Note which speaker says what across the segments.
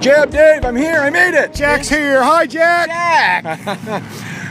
Speaker 1: Jab Dave, I'm here. I made it.
Speaker 2: Jack's here. Hi, Jack.
Speaker 1: Jack.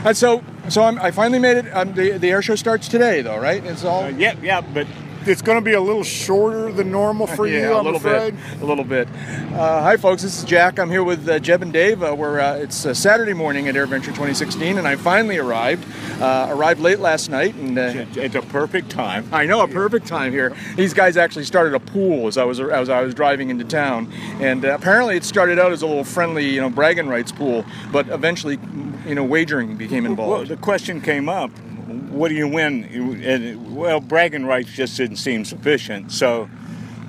Speaker 1: and so, so I'm, I finally made it. Um, the the air show starts today, though, right? It's all.
Speaker 2: Uh, yep, yep. But it's going to be a little shorter than normal for you.
Speaker 1: yeah, a
Speaker 2: I'm
Speaker 1: little
Speaker 2: afraid.
Speaker 1: bit, a little bit. Uh, hi, folks. This is Jack. I'm here with uh, Jeb and Dave. Uh, we're uh, it's uh, Saturday morning at AirVenture 2016, and I finally arrived. Uh, arrived late last night, and uh,
Speaker 2: At the perfect time.
Speaker 1: I know a perfect time here. These guys actually started a pool as I was as I was driving into town, and uh, apparently it started out as a little friendly, you know, bragging rights pool, but eventually, you know, wagering became
Speaker 2: Well,
Speaker 1: involved.
Speaker 2: the question came up. What do you win? And, well, bragging rights just didn't seem sufficient. So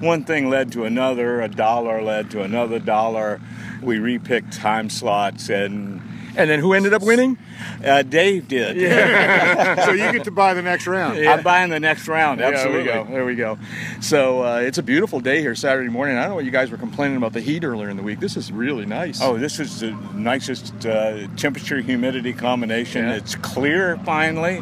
Speaker 2: one thing led to another. A dollar led to another dollar. We repicked time slots, and
Speaker 1: And then who ended up winning?
Speaker 2: uh, Dave did.
Speaker 3: so you get to buy the next round.
Speaker 2: I'm buying the next round. Absolutely.
Speaker 1: Yeah, there we go. There we go. So uh, it's a beautiful day here Saturday morning. I don't know what you guys were complaining about the heat earlier in the week. This is really nice.
Speaker 2: Oh, this is the nicest uh, temperature humidity combination.
Speaker 1: Yeah.
Speaker 2: It's clear finally.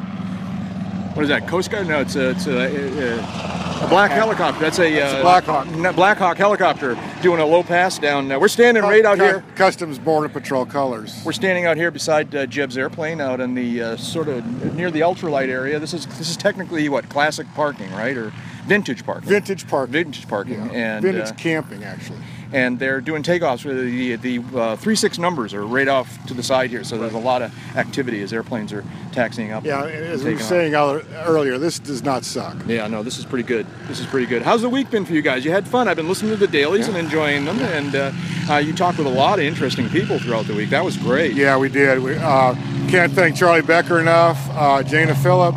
Speaker 1: what is that? Coast Guard? No, it's a it's a, a, uh, a black helicopter. That's a, uh,
Speaker 3: Black Hawk.
Speaker 1: n- Black Hawk helicopter doing a low pass down. Uh, we're standing right out
Speaker 3: Cu-
Speaker 1: here.
Speaker 3: Customs Border Patrol colors.
Speaker 1: We're standing out here beside uh, Jeb's airplane, out in the uh, sort of near the ultralight area. This is this is technically what classic parking, right, or vintage parking?
Speaker 3: Vintage parking.
Speaker 1: Vintage parking, and
Speaker 3: vintage
Speaker 1: uh,
Speaker 3: camping, actually.
Speaker 1: and they're doing takeoffs. The the, the uh, three six numbers are right off to the side here, so there's a lot of activity as airplanes are taxiing up.
Speaker 3: Yeah,
Speaker 1: and
Speaker 3: as we were
Speaker 1: taking off.
Speaker 3: saying earlier- earlier, this does not suck.
Speaker 1: Yeah, no, this is pretty good. This is pretty good. How's the week been for you guys? You had fun. I've been listening to the dailies and enjoying them, and uh, uh, you talked with a lot of interesting people throughout the week. That was great.
Speaker 3: Yeah, we did. We uh, can't thank Charlie Becker enough, uh, Jana Phillip,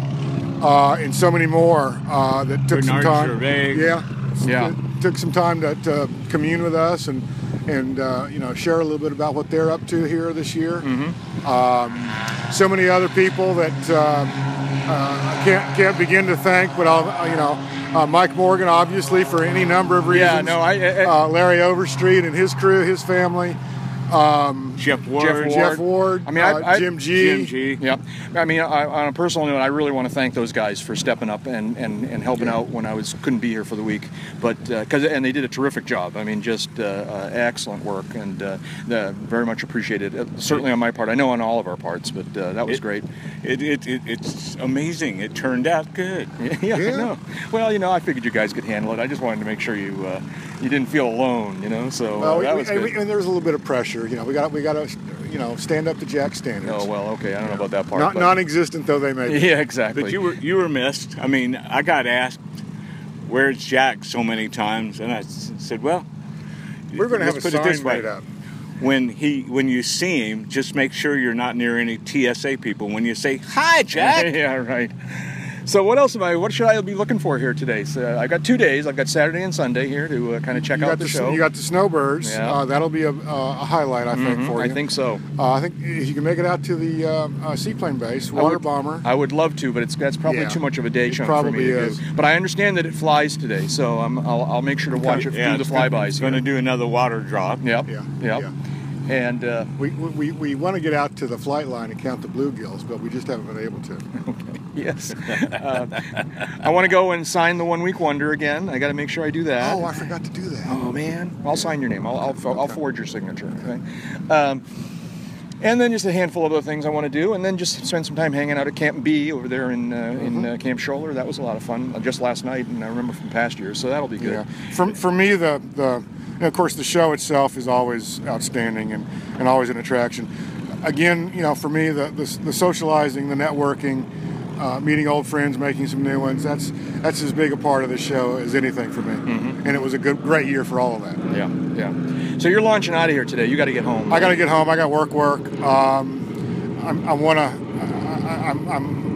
Speaker 3: uh, and so many more uh, that took
Speaker 2: Bernard
Speaker 3: some time.
Speaker 2: Gervais.
Speaker 3: Yeah,
Speaker 1: Yeah.
Speaker 3: It took some time to, to commune with us and and uh, you know share a little bit about what they're up to here this year.
Speaker 1: Mm-hmm.
Speaker 3: Um, so many other people that um, uh, I can't can't begin to thank, but I'll you know. Uh, Mike Morgan, obviously, for any number of reasons.
Speaker 1: Yeah, no, I- I- I-
Speaker 3: uh, Larry Overstreet and his crew, his family.
Speaker 2: Jeff Ward.
Speaker 1: Ward.
Speaker 3: Jeff Ward,
Speaker 1: I mean, I-
Speaker 3: uh,
Speaker 1: I-
Speaker 3: Jim G.
Speaker 2: Jim G.
Speaker 1: Yep. I mean, I, on a personal note, I really want to thank those guys for stepping up and, and, and helping out when I was couldn't be here for the week. But because and they did a terrific job. I mean, just uh, uh, excellent work and uh, the, very much appreciated. Uh, certainly on my part. I know on all of our parts, but uh, that was
Speaker 2: It-
Speaker 1: great.
Speaker 2: It, it, it, it's amazing. It turned out good.
Speaker 1: yeah, I
Speaker 3: Yeah.
Speaker 1: know. Well, you know, I figured you guys could handle it. I just wanted to make sure you uh, you didn't feel alone. You know, so uh,
Speaker 3: Well, we,
Speaker 1: that
Speaker 3: we-
Speaker 1: was
Speaker 3: and,
Speaker 1: good.
Speaker 3: we, and there was a little bit of pressure. You know, we got we got to you know stand up to Jack standards.
Speaker 1: oh well, okay. I don't know about that part.
Speaker 3: Not,
Speaker 1: but-
Speaker 3: non-existent though they may be.
Speaker 1: yeah, exactly.
Speaker 2: But you were you were missed. I mean, I got asked, "Where's Jack?" so many times, and I s- said, "Well,
Speaker 3: We're going to have a
Speaker 2: let's
Speaker 3: sign
Speaker 2: put it this way.
Speaker 3: made up.
Speaker 2: When he when you see him, just make sure you're not near any TSA people. When you say hi, Jack,
Speaker 1: yeah, right. So what else am I? What should I be looking for here today? So I've got two days. I've got Saturday and Sunday here to uh, kind of check
Speaker 3: You
Speaker 1: out
Speaker 3: got
Speaker 1: the,
Speaker 3: the,
Speaker 1: show.
Speaker 3: you got the snowbirds.
Speaker 1: Yeah. Mm-hmm.
Speaker 3: Uh, that'll be a, uh, a highlight, I think, for
Speaker 1: I
Speaker 3: you.
Speaker 1: think so.
Speaker 3: Uh, I think if you can make it out to the uh, uh, seaplane base,
Speaker 1: I
Speaker 3: water
Speaker 1: would-
Speaker 3: bomber.
Speaker 1: I would love to, but it's that's probably
Speaker 3: Yeah.
Speaker 1: too much of a day
Speaker 3: It
Speaker 1: chunk for
Speaker 3: probably
Speaker 1: me to
Speaker 3: is.
Speaker 1: do. But I understand that it flies today, so um, I'll, I'll make sure to watch it
Speaker 2: yeah,
Speaker 1: through
Speaker 2: it's
Speaker 1: the
Speaker 2: gonna-
Speaker 1: flybys.
Speaker 2: It's going to
Speaker 1: here.
Speaker 2: do another water drop.
Speaker 1: Yep.
Speaker 3: yeah,
Speaker 1: Yep.
Speaker 3: yeah.
Speaker 1: And uh,
Speaker 3: We, we, we want to get out to the flight line and count the bluegills, but we just haven't been able to.
Speaker 1: yes, uh, I want to go and sign the one week wonder again. I got to make sure I do that.
Speaker 3: Oh, I forgot to do that.
Speaker 1: Oh man, I'll sign your name. I'll I'll, I'll forward your signature. Okay. Um, and then just a handful of other things I want to do, and then just spend some time hanging out at Camp B over there in uh, in uh, Camp Scholler. That was a lot of fun uh, just last night, and I remember from past years, so that'll be good.
Speaker 3: Yeah. For, for me, the, the and of course the show itself is always outstanding and, and always an attraction. Again, you know, for me, the the, the socializing, the networking, uh, meeting old friends, making some new ones. That's that's as big a part of the show as anything for me.
Speaker 1: Mm-hmm.
Speaker 3: And it was a good great year for all of that.
Speaker 1: Yeah, yeah. So you're launching out of here today. You got to get home.
Speaker 3: I got to get home. I got work work. Um, I'm, I want to. I, I'm. I'm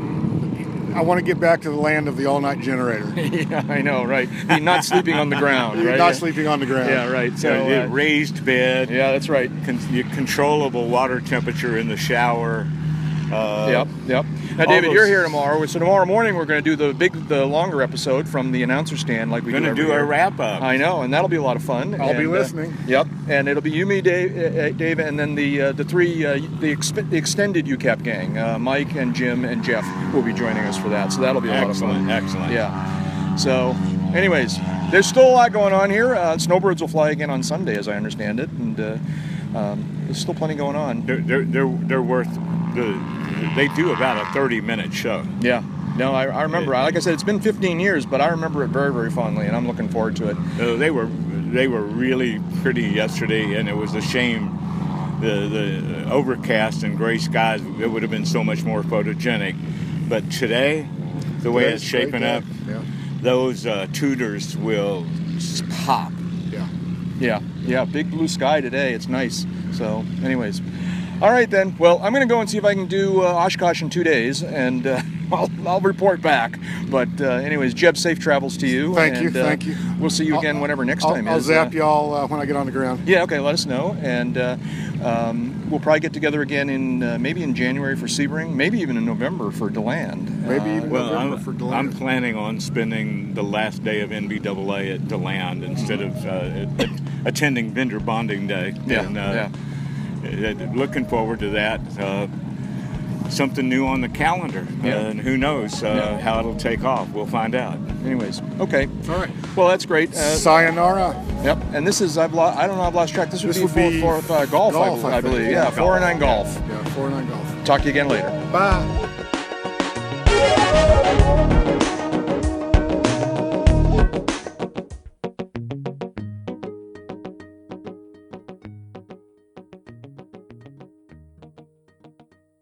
Speaker 3: I want to get back to the land of the all-night generator.
Speaker 1: yeah, I know, right? You're not sleeping on the ground.
Speaker 3: You're
Speaker 1: right?
Speaker 3: not
Speaker 1: Yeah.
Speaker 3: sleeping on the ground.
Speaker 1: Yeah, right. So
Speaker 2: So
Speaker 1: uh,
Speaker 2: it raised bed.
Speaker 1: yeah, that's right.
Speaker 2: Con- your controllable water temperature in the shower. Uh,
Speaker 1: Yep, yep. Now,
Speaker 2: all
Speaker 1: David,
Speaker 2: those-
Speaker 1: you're here tomorrow, so tomorrow morning we're going to do the big, the longer episode from the announcer stand, like we
Speaker 2: Going to
Speaker 1: every
Speaker 2: do a
Speaker 1: year.
Speaker 2: wrap up.
Speaker 1: I know, and that'll be a lot of fun.
Speaker 3: I'll be
Speaker 1: And, uh,
Speaker 3: listening.
Speaker 1: yep, and it'll be you, me, Dave, uh, uh, Dave and then the uh, the three uh, the, exp- the extended UCap gang, uh, Mike and Jim and Jeff will be joining us for that. So that'll be a lot of
Speaker 2: excellent,
Speaker 1: fun.
Speaker 2: excellent.
Speaker 1: Yeah. So anyways, there's still a lot going on here. Uh, snowbirds will fly again on Sunday, as I understand it, and uh, um, there's still plenty going on.
Speaker 2: They're they're they're, they're worth the. They do about a thirty-minute show.
Speaker 1: Yeah. No, I, I remember. Like I said, it's been 15 years, but I remember it very, very fondly, and I'm looking forward to it.
Speaker 2: Uh, they were they were really pretty yesterday, and it was a shame the the overcast and gray skies. It would have been so much more photogenic, but today, the way
Speaker 3: Great-
Speaker 2: it's shaping
Speaker 3: great
Speaker 2: up,
Speaker 3: day.
Speaker 2: those uh, Tudors will s- pop.
Speaker 3: Yeah,
Speaker 1: Yeah, yeah, big blue sky today. It's nice. So, anyways, all right then. Well, I'm gonna go and see if I can do uh, Oshkosh in two days, and uh, I'll, I'll report back. But uh, anyways, Jeb, safe travels to you.
Speaker 3: Thank you,
Speaker 1: and, uh,
Speaker 3: thank you.
Speaker 1: We'll see you
Speaker 3: I'll-
Speaker 1: again whenever next
Speaker 3: I'll,
Speaker 1: time
Speaker 3: I'll
Speaker 1: is.
Speaker 3: zap
Speaker 1: Uh,
Speaker 3: y'all uh, when I get on the ground.
Speaker 1: Yeah, okay. Let us know, and uh, um, we'll probably get together again in uh, maybe in January for Sebring, maybe even in November for Deland.
Speaker 3: Maybe even
Speaker 2: Well,
Speaker 3: November
Speaker 2: I'm,
Speaker 3: for
Speaker 2: I'm
Speaker 3: Deland.
Speaker 2: planning on spending the last day of NBAA at DeLand instead of uh, at- attending vendor bonding day.
Speaker 1: Yeah,
Speaker 2: And,
Speaker 1: yeah.
Speaker 2: uh, uh, Looking forward to that. Uh, something new on the calendar.
Speaker 1: Yeah.
Speaker 2: Uh, and who knows uh,
Speaker 1: Yeah.
Speaker 2: how it'll take off. We'll find out.
Speaker 1: Anyways, okay.
Speaker 3: All right.
Speaker 1: Well, that's great. Uh,
Speaker 3: Sayonara.
Speaker 1: Yep, and this is I've lost. I don't know. I've lost track. This would
Speaker 3: This
Speaker 1: be
Speaker 3: would
Speaker 1: four,
Speaker 3: be
Speaker 1: fourth uh, golf, I
Speaker 3: golf,
Speaker 1: bel- I,
Speaker 3: I think.
Speaker 1: believe.
Speaker 3: Yeah,
Speaker 1: Yeah, four and nine golf.
Speaker 3: Yeah, four nine golf.
Speaker 1: Talk to you again later.
Speaker 3: Bye.
Speaker 4: Thank you.